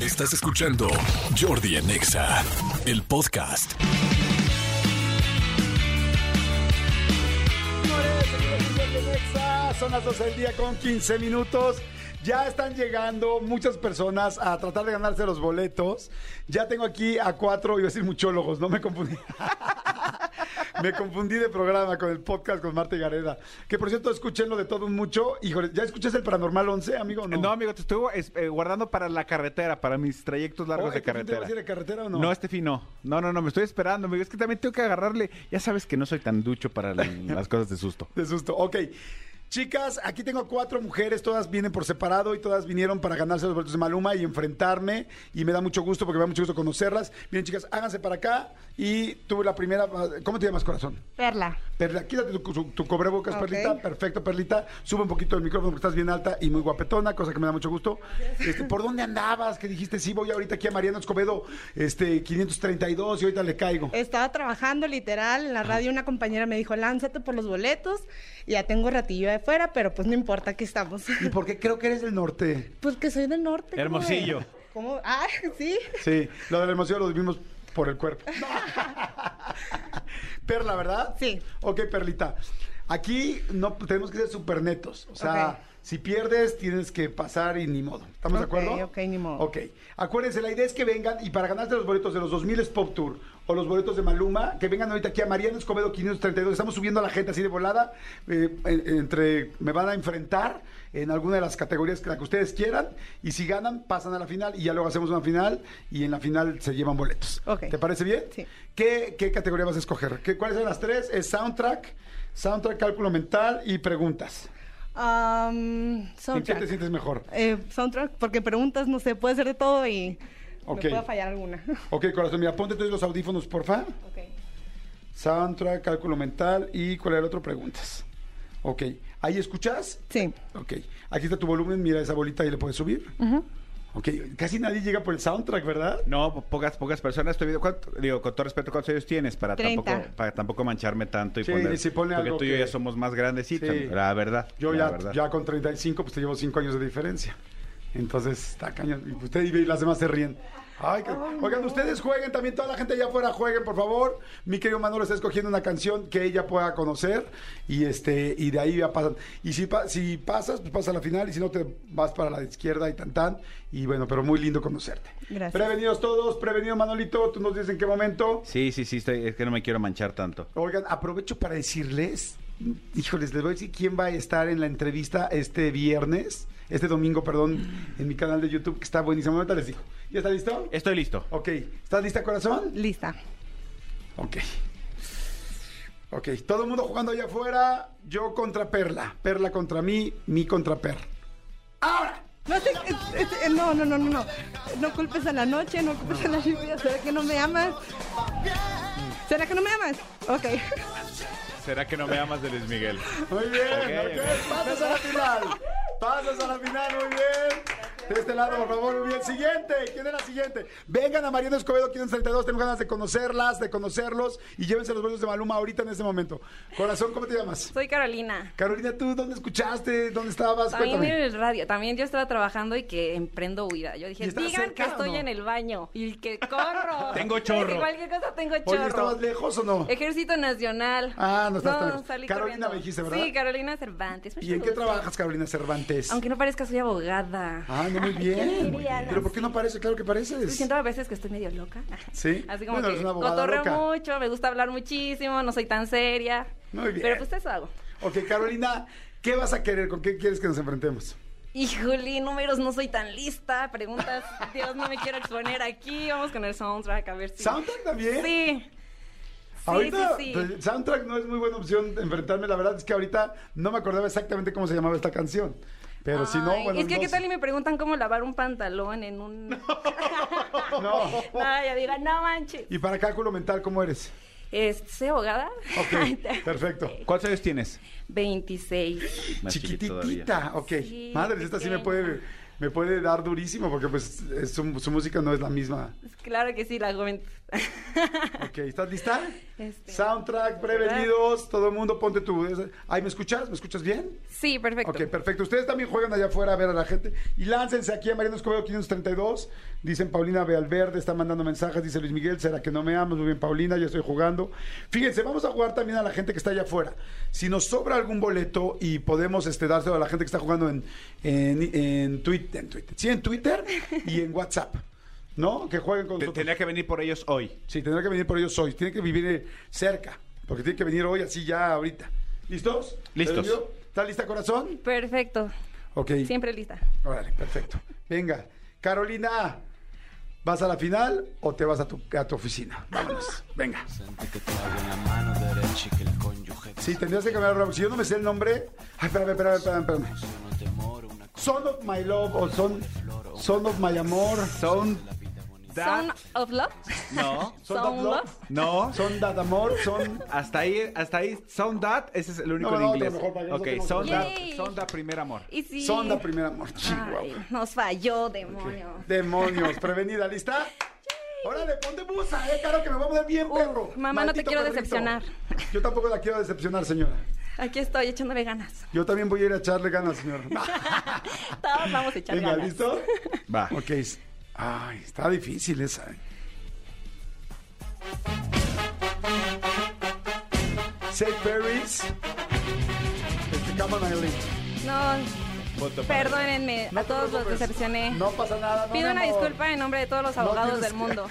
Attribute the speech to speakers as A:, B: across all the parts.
A: Estás escuchando Jordi en Exa, el podcast.
B: Señores, seguimos en Jordi en Exa. Son las 12 del día con 15 minutos. Ya están llegando muchas personas a tratar de ganarse los boletos. Ya tengo aquí a cuatro, iba a decir muchólogos, no me confundí. me confundí de programa con el podcast con Marta y Gareda. Que por cierto, escúchenlo de todo mucho. Híjole, ¿ya escuchaste el Paranormal 11, amigo? o
C: No, amigo, te estuvo es- eh, guardando para la carretera, para mis trayectos largos
B: Oh,
C: de
B: ¿este fin te
C: carretera.
B: vas a ir de carretera o no?
C: este fin no. No, no, no, me estoy esperando, amigo. Es que también tengo que agarrarle. Ya sabes que no soy tan ducho para la- las cosas de susto.
B: De susto. Ok. Chicas, aquí tengo cuatro mujeres, todas vienen por separado y todas vinieron para ganarse los boletos de Maluma y enfrentarme. Y me da mucho gusto porque me da mucho gusto conocerlas. Miren, chicas, háganse para acá. Y tú la primera. ¿Cómo te llamas, corazón?
D: Perla.
B: Perla, quítate tu, su- tu cobrebocas,
D: Ok.
B: Perlita. Perfecto, Perlita. Sube un poquito el micrófono porque estás bien alta y muy guapetona, cosa que me da mucho gusto. Este, ¿Por dónde andabas? Que dijiste, sí, voy ahorita aquí a Mariano Escobedo, este, 532 y ahorita le caigo.
D: Estaba trabajando literal en la radio. Una compañera me dijo, lánzate por los boletos. Ya tengo ratillo de fuera, pero pues no importa, aquí estamos.
B: ¿Y por qué creo que eres del norte?
D: Pues que soy del norte. ¿cómo ves?
C: Hermosillo.
D: ¿Cómo? Ah, sí.
B: Sí, lo de la emoción lo vivimos por el cuerpo. Perla, ¿verdad?
D: Sí.
B: Ok, Perlita. Aquí no tenemos que ser súper netos. O sea,
D: Ok.
B: si pierdes, tienes que pasar y ni modo. ¿Estamos
D: Ok,
B: de acuerdo?
D: ok, ni modo.
B: Ok. Acuérdense, la idea es que vengan y para ganarse los boletos de los 2000 Pop Tour o los boletos de Maluma, que vengan ahorita aquí a Mariano Escobedo 532. Estamos subiendo a la gente así de volada. eh, en- entre me van a enfrentar en alguna de las categorías que, la que ustedes quieran. Y si ganan, pasan a la final y ya luego hacemos una final y en la final se llevan boletos.
D: Ok.
B: ¿Te parece bien?
D: Sí.
B: ¿Qué, qué categoría vas a escoger? ¿Qué, ¿Cuáles son las tres? Es soundtrack, soundtrack, cálculo mental y preguntas.
D: Am,
B: ¿En qué te
D: soundtrack.
B: sientes mejor?
D: Eh, soundtrack, porque preguntas, no sé, puede ser de todo y
B: Ok.
D: me puede fallar alguna.
B: Ok, corazón, mira, ponte entonces los audífonos, porfa.
D: Ok.
B: Soundtrack, cálculo mental y cuál era el otro, preguntas. Ok, ¿ahí escuchas?
D: Sí.
B: Ok, aquí está tu volumen, mira esa bolita y le puedes subir. Ok, casi nadie llega por el soundtrack, ¿verdad?
C: No, po- pocas, pocas personas. Estoy viendo, ¿cuánto- digo, con todo respeto, ¿cuántos años tienes? Para
D: Treinta.
C: tampoco, para tampoco mancharme tanto y
B: Sí,
C: poner.
B: y si pone
C: porque
B: algo
C: tú y yo
B: que-
C: ya somos más grandecitos,
B: Sí.
C: la verdad.
B: Yo
C: la
B: ya,
C: verdad.
B: ya con 35, pues te llevo 5 años de diferencia. Entonces, está cañón. Y usted y las demás se ríen. Ay, que- Oigan, ustedes jueguen también, toda la gente allá afuera jueguen, por favor. Mi querido Manolo está escogiendo una canción que ella pueda conocer y este y de ahí ya pasan. Y si, pa- si pasas, pues pasa a la final y si no te vas para la izquierda y tan tan. Y bueno, pero muy lindo conocerte.
D: Gracias.
B: Prevenidos todos, prevenido Manolito, tú nos dices en qué momento.
C: Sí, sí, sí, estoy- es que no me quiero manchar tanto.
B: Oigan, aprovecho para decirles, híjoles, les voy a decir quién va a estar en la entrevista este viernes, este domingo, perdón, en mi canal de YouTube, que está buenísimo. Ahorita les digo. ¿Ya está listo?
C: Estoy listo.
B: Ok. ¿Estás lista, corazón?
D: Lista.
B: Ok. Ok. Todo el mundo jugando allá afuera. Yo contra Perla. Perla contra mí, mí contra Perla. ¡Ahora!
D: No, sé, eh, eh, eh, no, no, no, no, no. No culpes a la noche, no culpes a la lluvia. ¿Será que no me amas? ¿Será que no me amas? Ok.
C: ¿Será que no me amas de Luis Miguel?
B: Muy bien,
C: Ok,
B: ok,
C: ok.
B: pasas a la final. Pasas a la final, muy bien. De este lado, por favor, muy bien. Siguiente, ¿quién es la siguiente? Vengan a Mariano Escobedo, 532. Tengo ganas de conocerlas, de conocerlos y llévense los boletos de Maluma ahorita en este momento. Corazón, ¿cómo te llamas?
E: Soy Carolina.
B: Carolina, ¿tú dónde escuchaste? ¿Dónde estabas?
E: También en
B: Pues Cuéntame.
E: el radio, también yo estaba trabajando y que emprendo huida. Yo
B: ¿Y
E: dije,
B: estás
E: digan
B: cerca
E: que
B: o
E: estoy
B: no?
E: en el baño y que corro.
C: Tengo
E: Yo
C: chorro.
E: dije, cualquier cosa tengo
B: Oye,
E: chorro.
B: ¿estabas lejos o no?
E: Ejército Nacional.
B: Ah, no estás tan-
E: salí
B: Carolina
E: corriendo.
B: me dijiste, ¿verdad?
E: Sí, Carolina Cervantes.
B: ¿Y en qué trabajas, Carolina Cervantes?
E: Aunque no parezca, soy abogada.
B: Ah, no, muy bien. muy bien. Pero ¿por qué no parece? Claro que pareces.
E: Siento a veces que estoy medio loca.
B: Sí.
E: Así como
B: Bueno, eres
E: que
B: una abogada
E: cotorreo
B: loca.
E: mucho, me gusta hablar muchísimo, no soy tan seria.
B: Muy bien.
E: Pero pues eso hago.
B: Ok, Carolina, ¿qué vas a querer? ¿Con qué quieres que nos enfrentemos?
E: Híjole, números, no soy tan lista. Preguntas, Dios, no me quiero exponer aquí. Vamos con el soundtrack a ver si.
B: ¿Soundtrack también?
E: Sí. Sí,
B: ahorita,
E: sí, sí.
B: pues, soundtrack no es muy buena opción de enfrentarme. La verdad es que ahorita no me acordaba exactamente cómo se llamaba esta canción. Pero si no,
E: Ay,
B: bueno.
E: Es que, ¿qué
B: entonces-
E: tal? Y me preguntan cómo lavar un pantalón en un.
B: No.
E: no, ya dirán, no manches.
B: Y para cálculo mental, ¿cómo eres?
E: Es, ¿Soy abogada?
B: Ok, perfecto.
C: ¿Cuántos años tienes?
E: 26.
C: Más chiquito todavía.
B: Chiquititita, ok.
E: Sí,
B: Madres, esta sí me
E: pequeña.
B: puede, me puede dar durísimo porque pues es su, su música no es la misma.
E: Claro que sí, la juventud.
B: Ok, ¿estás lista?
E: Este,
B: Soundtrack, prevenidos, todo el mundo ponte tu... Ay, ¿me escuchas? ¿Me escuchas bien?
E: sí, perfecto.
B: Ok, perfecto. Ustedes también juegan allá afuera a ver a la gente. Y láncense aquí a Mariano Escobedo 532. Dicen Paulina Bealverde, está mandando mensajes. Dice Luis Miguel, ¿será que no me amas? Muy bien, Paulina, ya estoy jugando. Fíjense, vamos a jugar también a la gente que está allá afuera. Si nos sobra algún boleto y podemos este, dárselo a la gente que está jugando en, en, en Twitter, en Twitter. Sí, en Twitter y en WhatsApp. ¿No? Que jueguen con
C: Te-
B: nosotros.
C: Tendría que venir por ellos hoy.
B: Sí, tendrá que venir por ellos hoy. Tienen que vivir eh, cerca. Porque tienen que venir hoy, así ya ahorita. ¿Listos?
C: Listos.
B: ¿Entendido? ¿Está lista, corazón?
E: Perfecto.
B: Ok.
E: Siempre lista.
B: Órale, perfecto. Venga, Carolina, ¿vas a la final o te vas a tu, a tu oficina? Vámonos, venga.
F: que traigo en la mano derecha y que el cónyuge
B: Sí, tendrías que cambiar Raúl. Si yo no me sé el nombre. Ay, espérame, espérame, espérame. espérame.
F: no temor, una cosa
B: Son of my love o son, son of my amor.
C: Son.
E: Son
C: That.
E: of Love.
C: No.
B: Son
E: Son
B: of
E: love.
B: love.
C: No.
B: Son that amor. Son.
C: Hasta ahí, hasta ahí. Sound that. Ese es el único
B: No,
C: en
B: no,
C: inglés.
B: otro mejor para que no
C: ok,
B: saquemos
C: sound
E: otro.
C: that.
E: Yay.
C: Sound that, primer amor.
E: Y sí.
B: Son that primer amor.
E: Ay,
B: Chihuahua.
E: nos falló, demonio.
B: Demonios, prevenida, ¿lista? Órale, ponte busa, eh, caro, que me va a poner bien,
E: Uf,
B: perro.
E: mamá, no te
B: Maldito
E: quiero
B: perrito.
E: decepcionar.
B: Yo tampoco la quiero decepcionar, señora.
E: Aquí estoy echándole ganas.
B: Yo también voy a ir a echarle ganas, señora.
E: Todos vamos a echar
B: Venga,
E: ganas.
B: ¿listo?
C: Va.
B: Ok. es- Ay, está difícil esa. eh. Seth Ferris. Este, come on, Aileen.
E: No,
C: Voto para-
E: perdónenme.
B: No
E: a
B: te
E: todos los
B: preocupes.
E: decepcioné.
B: No pasa nada. no,
E: Pido
B: mi
E: una
B: amor.
E: disculpa en nombre de todos los
B: No
E: abogados
B: tienes
E: del
B: que-
E: mundo.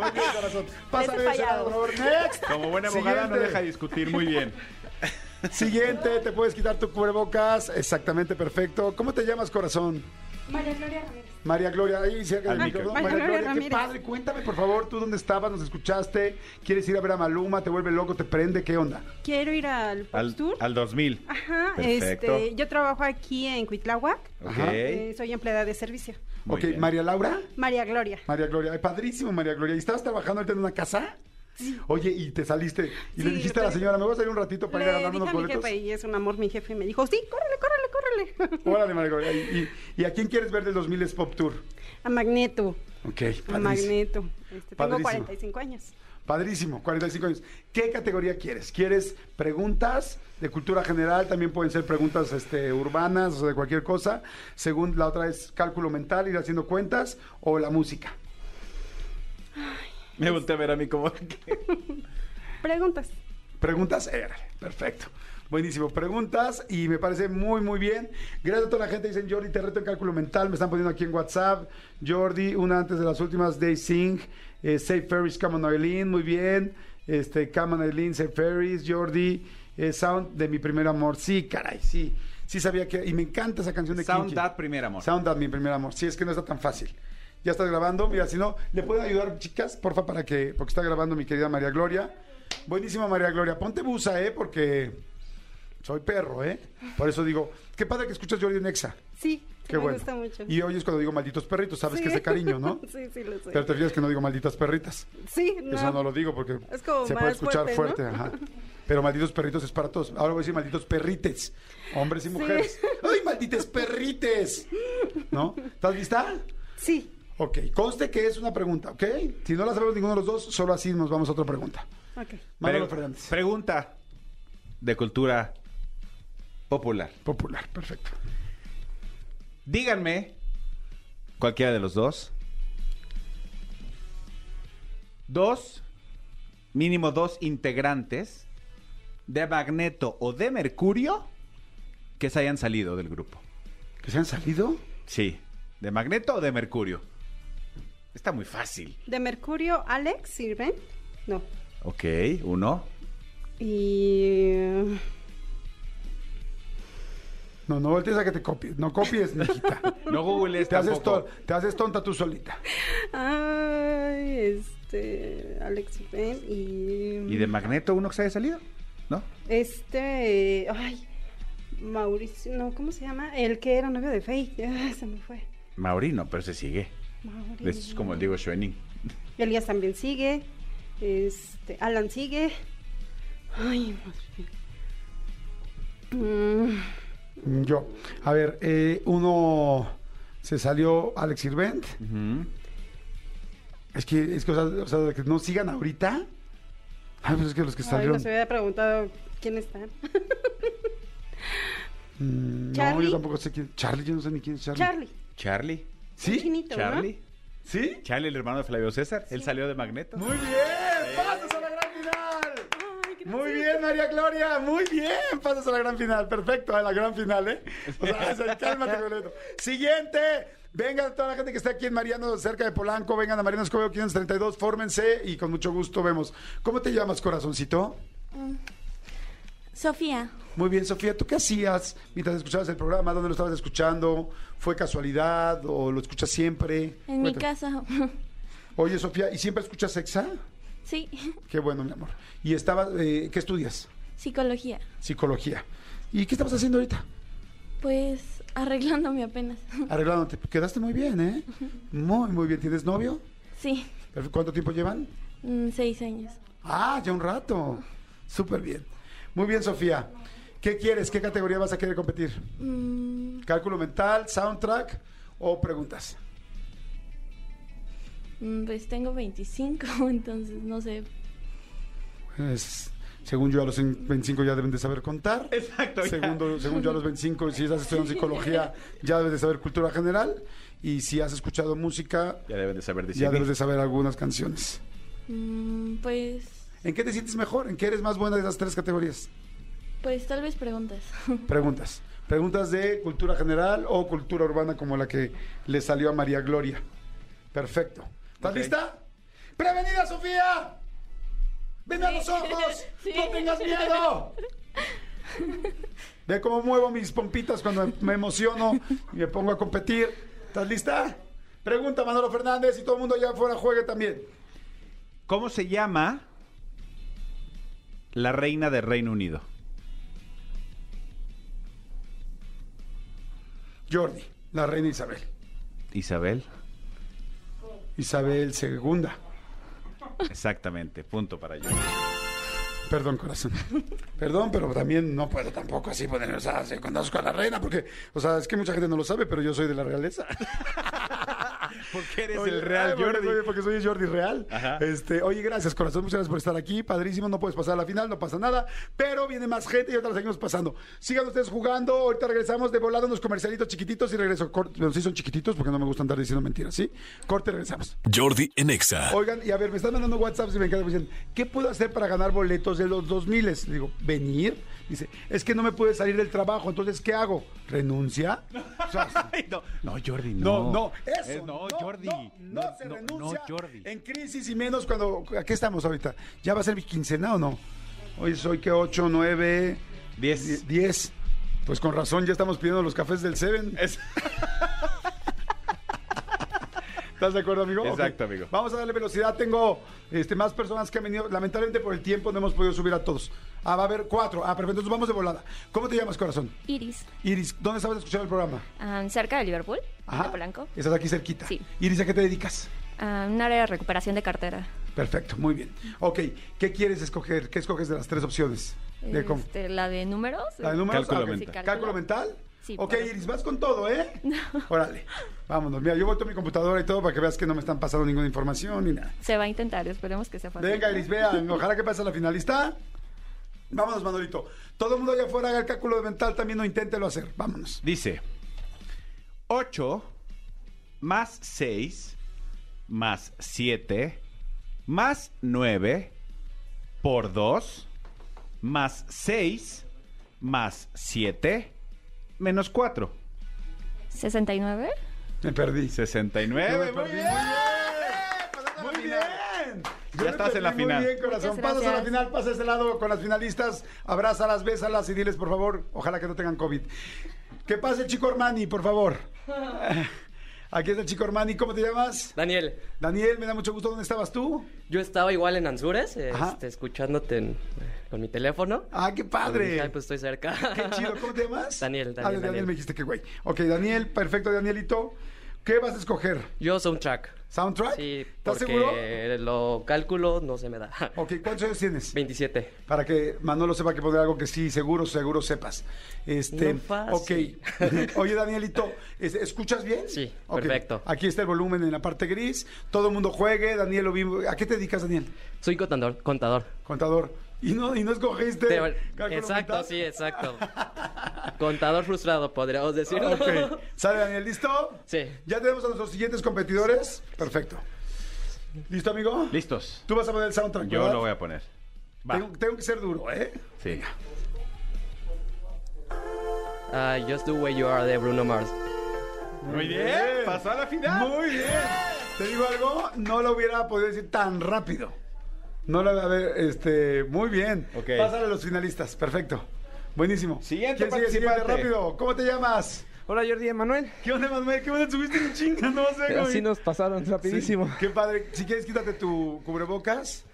B: Muy bien, corazón. Pásame
E: Ese
B: ese
E: fallado.
B: labrador. Next.
C: Como buena abogada no
B: Siguiente.
C: deja discutir muy bien.
B: Siguiente, te puedes quitar tu cubrebocas. Exactamente, perfecto. ¿Cómo te llamas, corazón? María Gloria Ramírez. María Gloria, ahí cerca del
C: Al
B: micrófono.
C: micro.
B: María Gloria,
D: María Gloria
B: qué
D: Ramírez.
B: padre. Cuéntame, por favor, tú dónde estabas, nos escuchaste. ¿Quieres ir a ver a Maluma? ¿Te vuelve loco? ¿Te prende? ¿Qué onda?
D: Quiero ir al Pop
C: Al,
D: Tour.
C: al 2000.
D: Ajá,
C: Perfecto.
D: este, yo trabajo aquí en Cuitláhuac.
C: Ok.
B: Ajá.
D: Eh, soy empleada de servicio.
C: Muy
B: ok,
C: bien.
B: María Laura.
D: María Gloria.
B: María Gloria, ay, padrísimo, María Gloria. ¿Y estabas trabajando ahorita en una casa? Oye, y te saliste y le
D: Sí,
B: dijiste a
D: le
B: la
D: pedí-
B: señora, me voy a salir un ratito para ir a
D: Le
B: ganar
D: dije
B: unos
D: a mi
B: boletos.
D: jefe y es un amor mi jefe y me dijo, sí, córrele, córrele, córrele.
B: Órale, María Gloria. ¿Y, y, y a quién quieres ver del 2000 Pop Tour?
D: A Magneto.
B: Ok,
D: A
B: padrísimo.
D: Magneto. Este,
B: Padrísimo.
D: tengo 45 años.
B: Padrísimo, 45 años. ¿Qué categoría quieres? ¿Quieres preguntas de cultura general? También pueden ser preguntas este, urbanas o de cualquier cosa. Según la otra es cálculo mental, ir haciendo cuentas o la música.
C: Me volteé a ver a mí como.
D: Preguntas.
B: Preguntas, eh, órale, perfecto. Buenísimo, preguntas y me parece muy, muy bien. Gracias a toda la gente. Dicen, Jordi, te reto en cálculo mental. Me están poniendo aquí en WhatsApp. Jordi, una antes de las últimas, Day Sing, eh, Safe Ferris, Cameron Eileen, muy bien. Este, Cameron Eileen, Safe Ferris, Jordi, eh, Sound de mi primer amor. Sí, caray, sí. Sí sabía que... Y me encanta esa canción de
C: Sound
B: Kinky.
C: that, primer amor.
B: Sound that, mi primer amor. Sí, es que no está tan fácil. Ya estás grabando. Mira, si no, ¿le pueden ayudar, chicas? Porfa, para que... Porque está grabando mi querida María Gloria. Buenísima, María Gloria. Ponte busa, ¿eh? Porque soy perro, ¿eh? Por eso digo, qué padre que escuchas Jordi Nexa.
D: Sí, sí
B: Qué
D: me
B: bueno.
D: gusta mucho.
B: Y oyes cuando digo malditos perritos, sabes que es de cariño, ¿no?
D: sí, sí, lo sé.
B: Pero te fijas que no digo malditas perritas.
D: Sí, no.
B: Eso no lo digo porque
D: Es como
B: se
D: más
B: puede escuchar fuerte,
D: fuerte, ¿no?
B: ajá. Pero malditos perritos es para todos. Ahora voy a decir malditos perrites, hombres y mujeres. ¡Ay, maldites perrites! ¿No? ¿Estás lista?
D: Sí.
B: Ok, conste que es una pregunta, ¿ok? Si no la sabemos ninguno de los dos, solo así nos vamos a otra pregunta.
D: Ok.
B: Manolo
C: Pre-
B: Fernández.
C: Pregunta de cultura popular.
B: Popular, perfecto.
C: Díganme, cualquiera de los dos, dos, mínimo dos integrantes de Magneto o de Mercurio que se hayan salido del grupo.
B: ¿Que se han salido?
C: Sí, de Magneto o de Mercurio. Está muy fácil.
D: De Mercurio, Alex, ¿sirven? No.
C: Ok, uno.
D: Y... eh,
B: No, no voltees a que te copies. No copies, mijita.
C: No googlees
B: Te haces,
C: tampoco.
B: ton- te haces tonta tú solita.
D: Ay, este... Alex, Sirven y...
C: ¿Y de Magneto uno que se haya salido? ¿No?
D: Este... Ay, Mauricio... No, ¿cómo se llama? El que era novio de Faye. Ah, se me fue.
C: Maurino, pero se sigue.
D: Mauricio.
C: Es como el Diego Schoening.
D: Elías también sigue. Este, Alan sigue. Ay, madre mía. Mm,
B: Yo. A ver, eh, uno se salió Alex Sirvent. Es que, es que, o sea, o sea, que no sigan ahorita. Ay, pues es que los que
G: Ay,
B: salieron.
G: nos hubiera preguntado quién está.
B: Mm, no,
G: Charlie.
B: yo tampoco sé quién. Charlie, yo no sé ni quién es Charlie.
G: Charlie.
C: Charlie.
B: ¿Sí?
G: Chinito,
C: Charlie.
B: ¿Sí?
C: Charlie, el hermano de Flavio César. Él salió de Magneto.
B: Muy bien, pasas a la gran final. Muy bien, María Gloria, muy bien, pasas a la gran final. Perfecto, a la gran final, ¿eh? O sea, o sea, cálmate, Loreto. Siguiente. Vengan toda la gente que está aquí en Mariano, cerca de Polanco, vengan a Mariano Escobedo 532, fórmense y con mucho gusto vemos. ¿Cómo te llamas, corazoncito?
E: Mm. Sofía.
B: Muy bien, Sofía, ¿tú qué hacías mientras escuchabas el programa? ¿Dónde lo estabas escuchando? ¿Fue casualidad o lo escuchas siempre?
E: En mi
B: Cuéntame.
E: casa.
B: Oye, Sofía, ¿y siempre escuchas Exa?
E: Sí.
B: Qué bueno, mi amor. ¿Y estaba, eh, qué estudias?
E: Psicología.
B: Psicología. ¿Y qué estamos haciendo ahorita?
E: Pues arreglándome apenas.
B: Arreglándote. Quedaste muy bien, ¿eh? Muy, muy bien. ¿Tienes novio?
E: Sí.
B: Perfe- ¿Cuánto tiempo llevan?
E: Mm, Seis años.
B: Ah, ya un rato. Súper bien. Muy bien, Sofía. ¿Qué quieres? ¿Qué categoría vas a querer competir?
E: Mm,
B: ¿Cálculo mental, soundtrack o preguntas?
E: mm, pues tengo 25, entonces no sé.
B: Es- Pues, según yo, a los cin- 25 ya deben de saber contar.
C: Exacto. ya.
B: Segundo, según yo a los 25, si estás estudiando psicología, ya debes de saber cultura general. Y si has escuchado música,
C: Ya deben de saber decir.
B: ya debes de saber algunas canciones.
E: Mm, pues.
B: ¿En qué te sientes mejor? ¿En qué eres más buena de esas tres categorías?
E: Pues tal vez preguntas.
B: Preguntas. Preguntas de cultura general o cultura urbana como la que le salió a María Gloria. Perfecto. ¿Estás
C: Ok.
B: lista? ¡Prevenida, Sofía! ¡Ven a los ojos! ¡No tengas miedo! Ve cómo muevo mis pompitas cuando me emociono y me pongo a competir. ¿Estás lista? Pregunta Manolo Fernández y todo el mundo allá afuera juegue también.
C: ¿Cómo se llama la reina de Reino Unido?
B: Jordi, la reina Isabel.
C: Isabel.
B: Isabel II.
C: Exactamente. Punto para yo.
B: Perdón, corazón. Perdón, pero también no puedo tampoco así ponerme, o sea, así, conozco a la reina, porque, o sea, es que mucha gente no lo sabe, pero yo soy de la realeza.
C: Porque eres
B: Oye,
C: el real
B: ay, porque
C: Jordi.
B: soy- Porque soy el Jordi Real.
C: Ajá.
B: Este, oye, gracias, corazón. Muchas gracias por estar aquí. Padrísimo, no puedes pasar a la final, no pasa nada. Pero viene más gente y ahorita la seguimos pasando. Sigan ustedes jugando. Ahorita regresamos de volada unos comercialitos chiquititos y regreso. Cor- Bueno, sí son chiquititos porque no me gusta andar diciendo mentiras, ¿sí? Corte, regresamos.
A: Jordi en Exa.
B: Oigan, y a ver, me están mandando WhatsApps y me encanta. Me dicen, ¿qué puedo hacer para ganar boletos de los 2000? Le digo, ¿venir? Dice, es que no me puede salir del trabajo, entonces, ¿qué hago? ¿Renuncia? O sea,
C: Ay, no. No, Jordi,
B: no,
C: no.
B: no, eso.
C: Eh, no, Jordi.
B: No, no se
C: no,
B: renuncia.
C: No, Jordi.
B: En crisis y menos cuando. ¿A qué estamos ahorita? ¿Ya va a ser mi quincena o no? Hoy soy que 8, 9,
C: Diez.
B: 10. Pues con razón, ya estamos pidiendo los cafés del Seven.
C: Es-
B: ¿Estás de acuerdo, amigo?
C: Exacto,
B: Ok.
C: amigo.
B: Vamos a darle velocidad. Tengo este, más personas que han venido. Lamentablemente por el tiempo no hemos podido subir a todos. Ah, va a haber cuatro. Ah, perfecto. Entonces vamos de volada. ¿Cómo te llamas, corazón?
E: Iris.
B: Iris, ¿dónde estabas escuchando el programa?
E: Ah, cerca de Liverpool, de Polanco.
B: Estás aquí cerquita.
E: Sí.
B: Iris, ¿a qué te dedicas?
E: Ah, un área de recuperación de cartera.
B: Perfecto, muy bien. Ok, ¿qué quieres escoger? ¿Qué escoges de las tres opciones? De com-
E: Este, la de números.
B: ¿La de números?
C: Cálculo
B: Ah, ok.
C: mental.
E: Sí,
B: ¿Cálculo mental?
E: Sí,
B: Ok,
E: para-
B: Iris, vas con todo, ¿eh? Órale, vámonos. Mira, yo vuelto mi computadora y todo para que veas que no me están pasando ninguna información ni nada.
E: Se va a intentar, esperemos que sea fácil.
B: Venga, Iris, vean, ojalá que pase a la finalista. Vámonos, Manolito. Todo el mundo allá afuera haga el cálculo mental también, no inténtelo hacer. Vámonos.
C: Dice 8 más 6 más 7 más 9 por 2 más 6 más 7 menos 4.
E: 69.
B: Me perdí. Yo me
C: 69. Eh, Muy
B: perdí.
C: bien.
B: Muy bien. Yo
C: Ya
B: me
C: estás
B: perdí
C: en la
B: muy
C: final.
B: bien, corazón.
E: Muchas
B: Pasas a la
E: gracias.
B: final, pasa este lado con las finalistas. Abrázalas, bésalas y diles, por favor, ojalá que no tengan COVID. Que pase el chico Armani, por favor. Aquí está el chico Armani. ¿Cómo te llamas?
H: Daniel,
B: Daniel, me da mucho gusto. ¿Dónde estabas tú?
H: yo estaba igual en Anzures, eh,
B: Ajá.
H: este, escuchándote en- eh, con mi teléfono.
B: Ah, qué
H: Y
B: padre.
H: dije, "Ay, pues estoy cerca.
B: Qué chido, ¿cómo te llamas?
H: Daniel, Daniel,
B: Ah, de Daniel,
H: Daniel.
B: me dijiste que güey. Ok, Daniel, perfecto, Danielito. ¿Qué vas a escoger?
H: Yo soundtrack.
B: ¿Soundtrack?
H: Sí,
B: ¿Estás seguro?
H: porque lo cálculo no se me da.
B: Ok, ¿cuántos años tienes?
H: 27.
B: Para que Manolo sepa que poner algo que sí, seguro, seguro sepas. Este,
H: No fácil.
B: ok. Oye, Danielito, este, ¿escuchas bien?
H: Sí,
B: Ok,
H: perfecto.
B: Aquí está el volumen en la parte gris. Todo el mundo juegue. Daniel, lo vi- ¿a qué te dedicas, Daniel?
H: Soy contador. contador.
B: Contador. Y no, y no escogiste.
H: Te-
B: cálculo
H: exacto,
B: mental.
H: sí, exacto. contador frustrado, podríamos decirlo.
B: Ok. ¿Sale Daniel? ¿Listo?
H: Sí.
B: ¿Ya tenemos a nuestros siguientes competidores? Perfecto. ¿Listo, amigo?
C: Listos.
B: Tú vas a poner el soundtrack.
C: Yo
B: ¿verdad?
C: lo voy a poner. Va.
B: Tengo, tengo que ser duro, ¿eh?
C: Sí.
H: Ah, Just the way you are de Bruno Mars.
C: Muy bien. Pasó a la final.
B: Muy bien. Te digo algo, no lo hubiera podido decir tan rápido. No lo a ver, este, muy bien.
C: Ok.
B: Pásale a los finalistas, perfecto. Buenísimo.
C: Siguiente
B: ¿Quién sigue? Siguiente,
C: participante.
B: rápido. ¿Cómo te llamas?
I: Hola Jordi Emanuel.
B: ¿Qué onda, Manuel? ¿Qué onda? Subiste un chinga, no sé, güey.
I: Así nos pasaron rapidísimo.
B: Sí,
H: Mm.
B: Qué padre. Si quieres, quítate tu cubrebocas.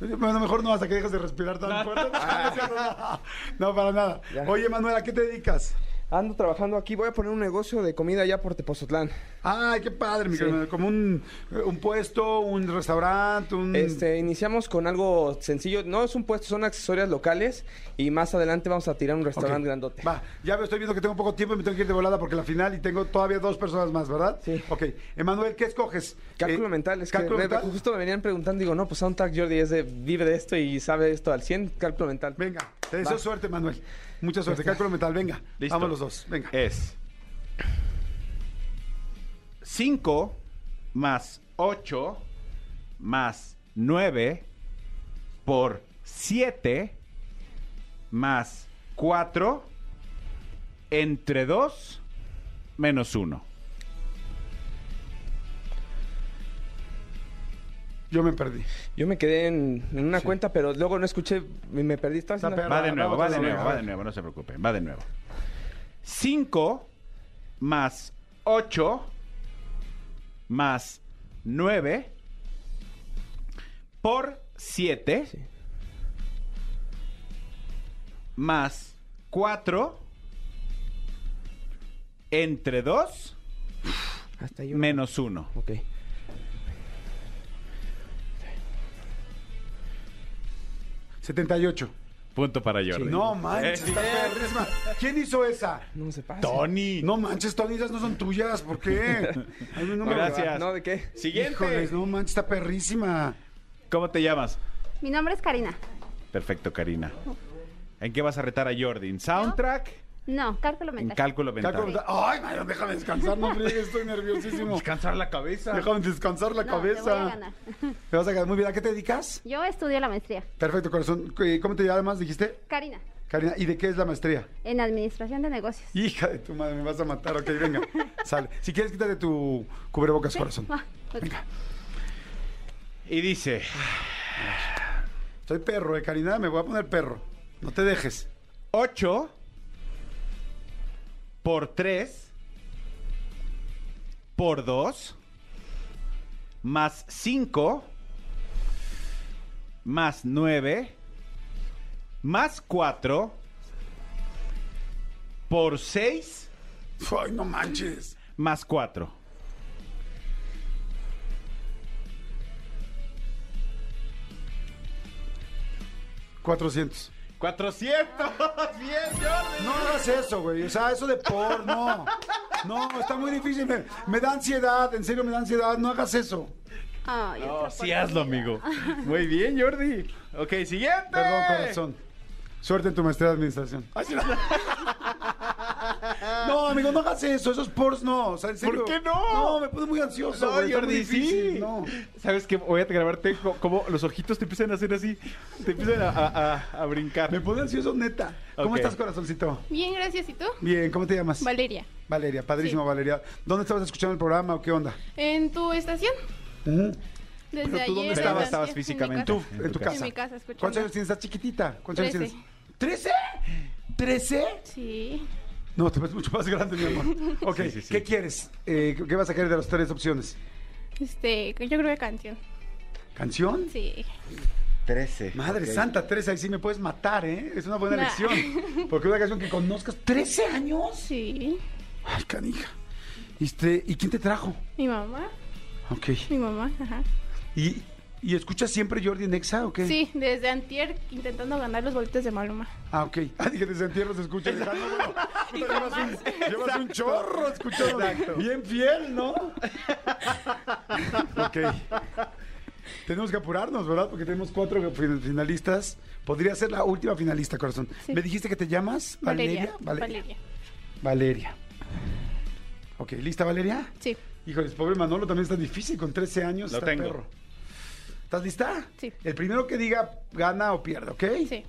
B: Bueno, mejor no, hasta que dejes de respirar tan fuerte. No, para nada.
I: Ya.
B: Oye, Manuel, ¿a qué te dedicas?
I: Ando trabajando aquí, voy a poner un negocio de comida allá por Tepozotlán.
B: Ay, qué padre, mi
I: Sí.
B: querido Manuel. Como un, un puesto, un restaurante, un...
I: Este, iniciamos con algo sencillo, no es un puesto, son accesorias locales y más adelante vamos a tirar un restaurante
B: Ok.
I: grandote.
B: Va, ya me estoy viendo que tengo poco tiempo y me tengo que ir de volada porque la final y tengo todavía dos personas más, ¿verdad?
I: Sí.
B: Ok, Emanuel, ¿qué escoges?
I: Cálculo
B: Eh,
I: mental, es
B: cálculo
I: que me-
B: mental.
I: justo me venían preguntando, digo, no, pues Soundtrack Jordi es de, vive de esto y sabe esto al 100, cálculo mental.
B: Venga, te deseo
I: Va.
B: suerte, Manuel. Mucha suerte. Cálculo mental, venga.
C: Listo. Eh.
B: Vamos los dos, venga.
C: Es 5 más 8 más 9 por 7 más 4 entre 2 menos 1.
B: Yo me perdí.
I: Yo me quedé en, en una cuenta, pero luego no escuché, me, me perdí. Estaba
B: Está
I: haciendo-
B: perro.
C: Va de nuevo, va de
B: Vamos,
C: nuevo,
B: vamos.
C: va de nuevo, no se preocupen, va de nuevo. 5 más 8 más 9 por 7
I: Sí.
C: más 4 entre 2
I: Hasta ahí una-
C: menos 1.
I: Ok.
B: ¿78?
C: Punto para Jordi.
B: No manches, está
C: Eh.
B: perrísima. ¿Quién hizo esa?
I: No se pasa.
C: Tony.
B: No manches, Tony, esas no son tuyas. ¿Por qué? Hay un número-
C: Gracias.
I: No, ¿de qué?
C: Siguiente.
B: Híjoles, no manches, está perrísima.
C: ¿Cómo te llamas?
J: Mi nombre es Karina.
C: Perfecto, Karina. ¿En qué vas a retar a Jordi? ¿En soundtrack?
J: No, cálculo
C: En
J: mental.
C: cálculo mental.
B: Cálculo mental. Ay, Mario, déjame descansar, no friegues, estoy nerviosísimo.
C: Descansar la cabeza.
B: Déjame descansar la
J: No,
B: cabeza.
J: Te voy a ganar.
B: Te vas a ganar. Muy bien, ¿a qué te dedicas?
J: Yo estudio la maestría.
B: Perfecto, corazón. Eh, ¿Cómo te llamas, dijiste?
J: Karina,
B: Karina, ¿y de qué es la maestría?
J: en administración de negocios.
B: Hija de tu madre, me vas a matar. Ok, venga, sale. Si quieres, quítate tu cubrebocas, corazón.
J: Ah, ok.
C: Y dice,
B: Soy perro, eh, Karina, me voy a poner perro. No te dejes.
C: 8 por 3 por 2 más 5 más 9 más 4 por 6
B: Ay, no manches.
C: más 4.
B: ¿400?
C: 400. Bien, Jordi.
B: No hagas eso, güey. O sea, eso de por, no. No, está muy difícil. Me, me da ansiedad, en serio me da ansiedad. No hagas eso.
J: Ay, otra
C: No, sí hazlo, amigo. Muy bien, Jordi. Ok, siguiente.
B: Perdón, corazón. Suerte en tu maestría de administración. Ay, sí, no. No, amigo, no hagas eso. Esos pors no. O sea, en serio.
C: ¿Por qué no?
B: No, me pone muy ansioso.
C: No,
B: güey, está muy
C: Jordi,
B: difícil,
C: sí.
B: No.
C: ¿Sabes qué? Voy a grabarte co- como los ojitos te empiezan a hacer así. Te empiezan a, a- a- a brincar.
B: Me pone ansioso, neta. ¿Cómo
C: Ok.
B: estás, corazoncito?
J: Bien, gracias. ¿Y tú?
B: Bien, ¿cómo te llamas?
J: Valeria.
B: Valeria, padrísimo, Valeria. ¿Dónde estabas escuchando el programa o qué onda?
J: ¿En tu estación?
B: Ujú. Ah.
J: Desde
B: Pero tú dónde
J: ayer,
C: Pero
B: estabas?
J: antier,
C: estabas
J: en mi
C: físicamente.
J: casa.
B: En, tu casa.
J: En mi casa, escuchando.
B: ¿Cuántos años tienes? ¿Estás chiquitita? ¿Cuántos años
J: Trece.
B: tienes? ¿Trece? ¿Trece?
J: Sí.
B: No, te ves mucho más grande, mi amor. Ok,
C: Sí, sí, sí.
B: ¿qué quieres? Eh, ¿Qué vas a querer de las tres opciones?
J: Este, yo creo que canción.
B: ¿Canción?
J: Sí.
C: 13.
B: Madre santa, 13, ahí sí me puedes matar, ¿eh? Es una buena
J: Nah.
B: elección. Porque una canción que conozcas, ¿13 años?
J: Sí.
B: Ay, canija. Este, ¿Y quién te trajo?
J: Mi mamá,
B: Ok.
J: mi mamá, ajá.
B: ¿Y, y escuchas siempre Jordi Nexa o qué?
J: Sí, desde antier intentando ganar los boletos de Maluma.
B: Ah, ok. Ah, dije, desde entierro se escucha. Dije, ah, no, bueno. Puta, llevas un, llevas un chorro escuchando. Bien fiel, ¿no? ok. Tenemos que apurarnos, ¿verdad? Porque tenemos cuatro fin- finalistas. Podría ser la última finalista, corazón.
J: Sí.
B: ¿Me dijiste que te llamas?
J: Valeria.
B: Vale-
J: Valeria.
B: Valeria. Ok, ¿lista, Valeria?
J: Sí,
B: Híjoles, pobre Manolo también está difícil con 13 años.
C: Lo
B: está
C: tengo.
B: perro. ¿Estás lista?
J: Sí.
B: El primero que diga gana o pierde, ¿ok?
J: sí.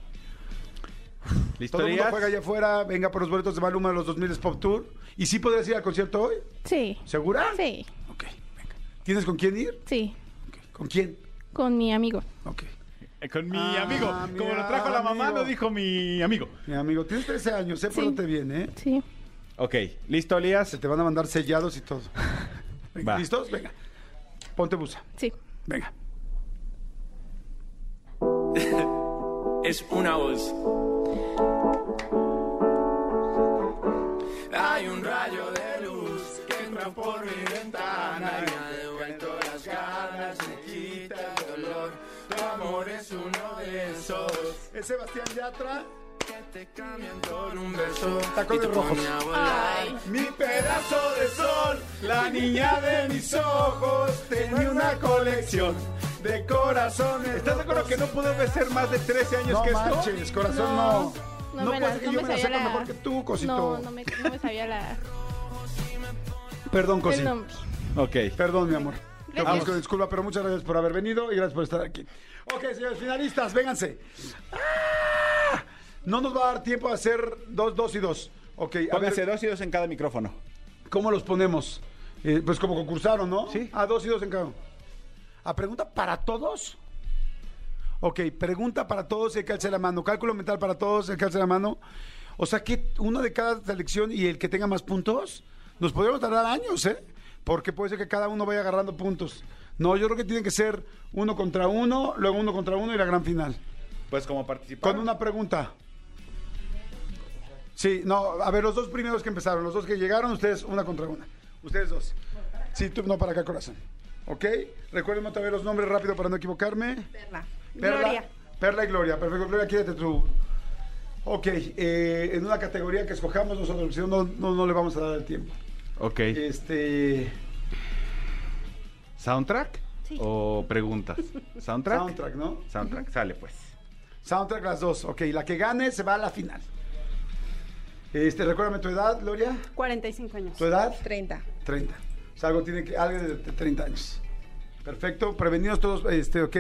C: ¿Listo?
B: Todo el mundo
C: Díaz?
B: juega allá afuera, venga por los boletos de Maluma de los 2000 Pop Tour. ¿Y sí podrías ir al concierto hoy?
J: Sí.
B: ¿Segura?
J: Sí,
B: Ok, venga. ¿Tienes con quién ir?
J: sí.
B: Ok, ¿Con quién?
J: Con mi amigo.
B: Ok.
K: Eh, Con mi
B: Ah,
K: amigo.
B: mi
K: Como lo trajo la mamá,
B: amigo.
K: lo dijo mi amigo.
B: Mi amigo, tienes 13 años, sé por
J: Sí.
B: dónde viene, ¿eh?
J: Sí.
C: Ok, ¿listo,
B: Se
C: Elías?
B: te van a mandar sellados y todo. Venga,
C: Va.
B: ¿Listos? Venga. Ponte busa.
J: Sí.
B: Venga.
F: Es una voz. Hay un rayo de luz que entra por mi ventana y me ha devuelto las ganas, me quita el dolor. Tu amor es uno de esos
B: Es Sebastián Yatra.
F: que te cambian por un beso
B: Tacones
F: y te
B: rojos.
F: pone a volar.
B: Mi pedazo de sol, la niña de mis ojos, tenía una colección de corazones.
C: ¿Estás de acuerdo que no pudo ser más de 13 años
B: No
C: que esto?
B: manches, corazón, no.
J: No,
B: No,
J: no me la-
B: puede ser que
J: no
B: yo me
J: me
B: la
J: sabía
B: sepa
J: la-
B: mejor que tú, cosito.
J: No, no me, no me sabía la,
B: Perdón,
J: el
B: cosito.
J: nombre.
C: Ok.
B: Perdón, mi amor. Te
J: Gracias.
B: ofrezco disculpa, pero muchas gracias por haber venido y gracias por estar aquí. Ok, señores finalistas, vénganse. ¡Ah! No nos va a dar tiempo a hacer dos, dos y dos. Ok, a ver,
C: Pónganse dos y dos en cada micrófono.
B: ¿cómo los ponemos? Eh, pues como concursaron, ¿no?
C: Sí.
B: A dos y dos en cada uno. ¿A pregunta para todos? Ok, pregunta para todos, el que alce la mano. Cálculo mental para todos, el que alce la mano. O sea que uno de cada selección y el que tenga más puntos, nos podríamos tardar años, ¿eh? Porque puede ser que cada uno vaya agarrando puntos. No, yo creo que tiene que ser uno contra uno, luego uno contra uno y la gran final.
C: Pues como participar.
B: Con una pregunta. Sí, no, a ver, los dos primeros que empezaron, los dos que llegaron, ustedes una contra una. Ustedes dos. Sí, tú no para acá, corazón. ¿Ok? Recuerden otra vez los nombres rápido para no equivocarme.
E: Perla.
B: Perla,
E: Gloria.
B: Perla y Gloria. Perfecto, Gloria, quédate tú. Ok, eh, en una categoría que escojamos nosotros, porque si no, no, no, no le vamos a dar el tiempo.
C: Ok.
B: Este.
C: ¿Soundtrack? ¿O preguntas? ¿Soundtrack?
B: Soundtrack, ¿no?
C: Soundtrack, sale pues.
B: Soundtrack las dos. Ok, la que gane se va a la final. Este, recuérdame tu edad, Gloria.
G: 45 años.
B: ¿Tu edad?
D: 30.
B: 30. O sea, algo tiene que, alguien de t- 30 años. Perfecto, prevenidos todos, este, ok,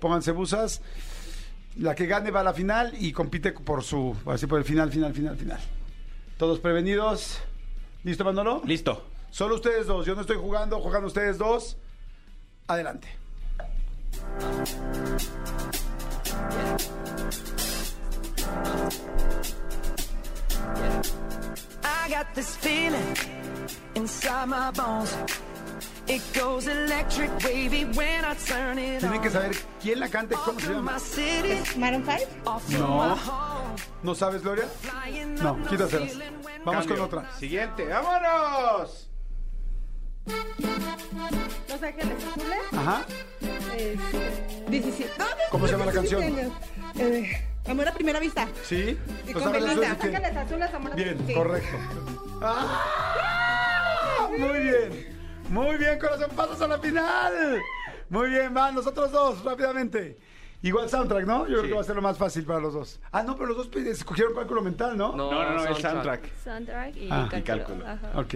B: pónganse busas. La que gane va a la final y compite por su, así por el final, final, final, final. Todos prevenidos. ¿Listo, Manolo?
C: Listo.
B: Solo ustedes dos, yo no estoy jugando, juegan ustedes dos. Adelante.
F: I got this feeling inside my bones. It goes electric wavy when I turn it
B: Tienen que
F: on.
B: saber quién la canta y cómo
F: Off
B: se
F: through
B: llama.
F: my city,
D: ¿Maroon 5?
F: off through
B: No.
F: my home.
B: ¿No sabes, Gloria?
F: Flying
B: No,
F: up no
B: quítaselas.
F: ceiling when
B: Vamos
C: Cambio.
B: con otra.
C: Siguiente, vámonos.
D: Los Ángeles Azules.
B: Ajá.
D: Este, 17. No, no,
B: ¿Cómo se
D: no,
B: llama la
D: 17
B: canción?
D: años. Eh, Amor a primera vista.
B: ¿Sí?
D: Y
B: ¿No
D: con
B: sabes
D: Belinda.
B: eso? ¿Y qué?
G: Ángeles azules, amor.
B: Bien,
D: Sí.
B: correcto. ¡Ah! Muy bien. Muy bien, corazón, pasas a la final. Muy bien, van los otros dos rápidamente. Igual soundtrack, ¿no? Yo creo que va a ser lo más fácil para los dos. Ah, no, pero los dos pide- escogieron cálculo mental, ¿no?
C: No, no, no, el soundtrack.
E: Soundtrack y
B: Ah,
E: cálculo.
C: y cálculo.
E: Ajá.
B: Ok.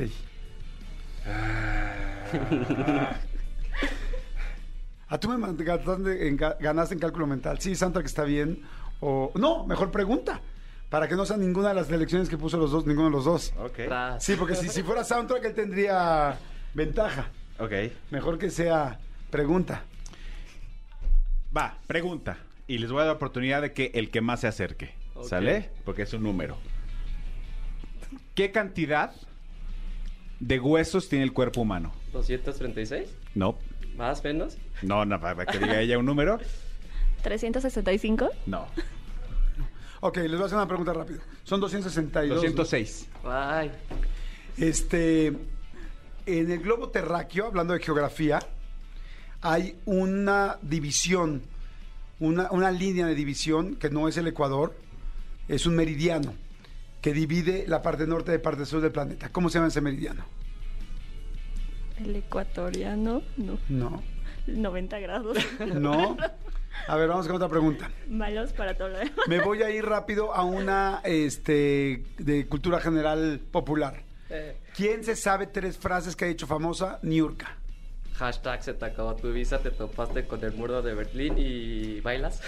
B: Ah, tú me man- ganaste en, ga- ganaste en cálculo mental. Sí, soundtrack está bien. O no, mejor pregunta. Para que no sea ninguna de las elecciones que puso los dos, ninguno de los dos.
C: Ok.
H: Tras.
B: Sí, porque si, si fuera soundtrack él tendría ventaja.
C: Ok.
B: Mejor que sea pregunta.
C: Va, pregunta. Y les voy a dar oportunidad de que el que más se acerque.
H: Ok.
C: ¿Sale? Porque es un número. ¿Qué cantidad de huesos tiene el cuerpo humano?
H: 236,
C: No.
H: más menos.
C: No, no, para que diga ella un número.
E: 365.
C: No.
B: Ok, les voy a hacer una pregunta
H: Ah.
B: rápido. Son 262.
C: 206.
H: Ay,
B: Este, en el globo terráqueo, hablando de geografía, hay una división, una, una línea de división que no es el Ecuador, es un meridiano que divide la parte norte de parte sur del planeta. ¿Cómo se llama ese meridiano?
E: El ecuatoriano, no.
B: No,
E: 90 grados.
B: no. A ver, vamos con otra pregunta.
E: Malos para todo lo demás.
B: Me voy a ir rápido a una este, de cultura general popular. ¿Quién se sabe tres frases que ha hecho famosa Niurka?
H: Hashtag se te acabó tu visa, te topaste con el muro de Berlín y bailas.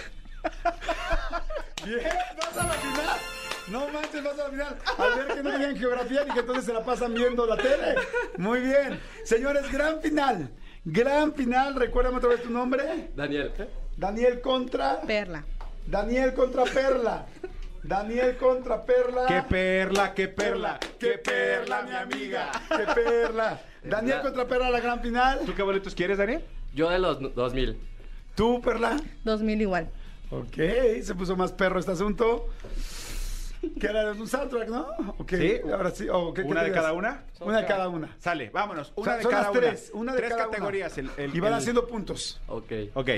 B: Bien, vas a la final. No manches, vas a la final. Al ver que no tenían geografía ni que entonces se la pasan viendo la tele. Muy bien. Señores, gran final. Gran final. Recuérdame otra vez tu nombre.
H: Daniel.
B: Daniel contra. Perla. Daniel contra Perla. Daniel contra Perla.
C: ¡Qué perla, qué perla!
B: ¡Qué perla, mi amiga! ¡Qué perla! Daniel contra Perla, la gran final.
C: ¿Tú qué boletos quieres, Daniel?
H: Yo de los 2000.
B: ¿Tú, Perla?
D: 2000 igual.
B: Ok, se puso más perro este asunto. ¿Qué era? ¿Un soundtrack, no? Ok,
C: Sí.
B: ahora sí. o ¿qué- qué
C: ¿Una de
B: tenías?
C: cada una?
B: Una de cada una.
C: Sale, vámonos.
B: O
C: Una
B: sea,
C: de
B: son
C: cada
B: las
C: una.
B: tres, una de
C: Tres
B: cada una.
C: categorías. el- el-
B: Y van
C: el-
B: haciendo puntos.
H: Ok.
C: Ok.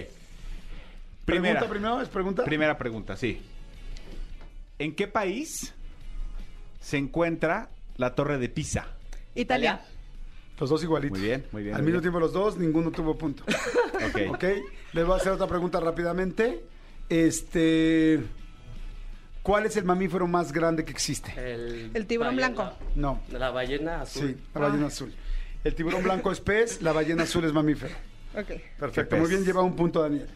C: Primera,
B: Pregunta primero, es pregunta.
C: primera pregunta, sí. ¿En qué país se encuentra la Torre de Pisa?
D: Italia.
B: Los dos igualitos.
C: Muy bien, muy bien.
B: Al
C: muy
B: mismo
C: bien.
B: tiempo los dos, ninguno tuvo punto.
C: Ok.
B: ok, les voy a hacer otra pregunta rápidamente. Este, ¿cuál es el mamífero más grande que existe?
H: El,
D: El tiburón
H: ballena-
B: No,
H: La ballena
B: sí,
H: azul.
B: la ballena azul. El tiburón blanco es pez, la ballena azul es mamífero.
D: Ok.
B: Perfecto,
C: pez.
B: muy bien, lleva un punto Daniel.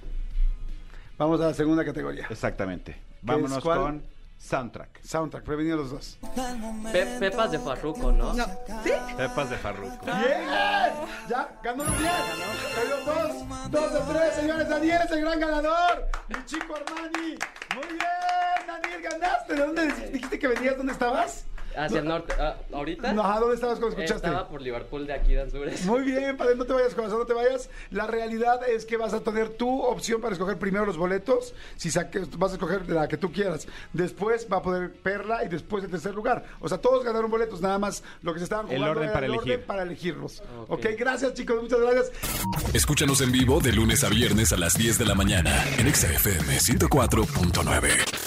B: Vamos a la segunda categoría.
C: Exactamente. Vámonos
B: es cuál?
C: con soundtrack.
B: Soundtrack, prevenido los dos.
H: Pe- pepas de farruco, ¿no?
D: No. ¿Sí?
C: Pepas de Farruko.
B: ¡Bien! Ya, ganó bien. Ganó dos, dos de tres, señores. Daniel es el gran ganador. Mi chico Armani. Muy bien, Daniel, ganaste. ¿De dónde dijiste que venías? ¿Dónde estabas?
H: Hacia el norte. Ah, ¿Ahorita?
B: No, ajá, ¿dónde estabas cuando escuchaste?
H: Estaba por Liverpool de aquí de Anzures.
B: Muy bien, padre, no te vayas, corazón, no te vayas. La realidad es que vas a tener tu opción para escoger primero los boletos. Si saques, vas a escoger la que tú quieras. Después va a poder Perla y después el tercer lugar. O sea, todos ganaron boletos, nada más lo que se estaban
C: El
B: jugando
C: orden
B: era
C: para
B: el
C: elegir.
B: orden para elegirlos.
H: Ok.
B: ok, gracias chicos, muchas gracias.
A: Escúchanos en vivo de lunes a viernes a las 10 de la mañana en Exa FM 104.9.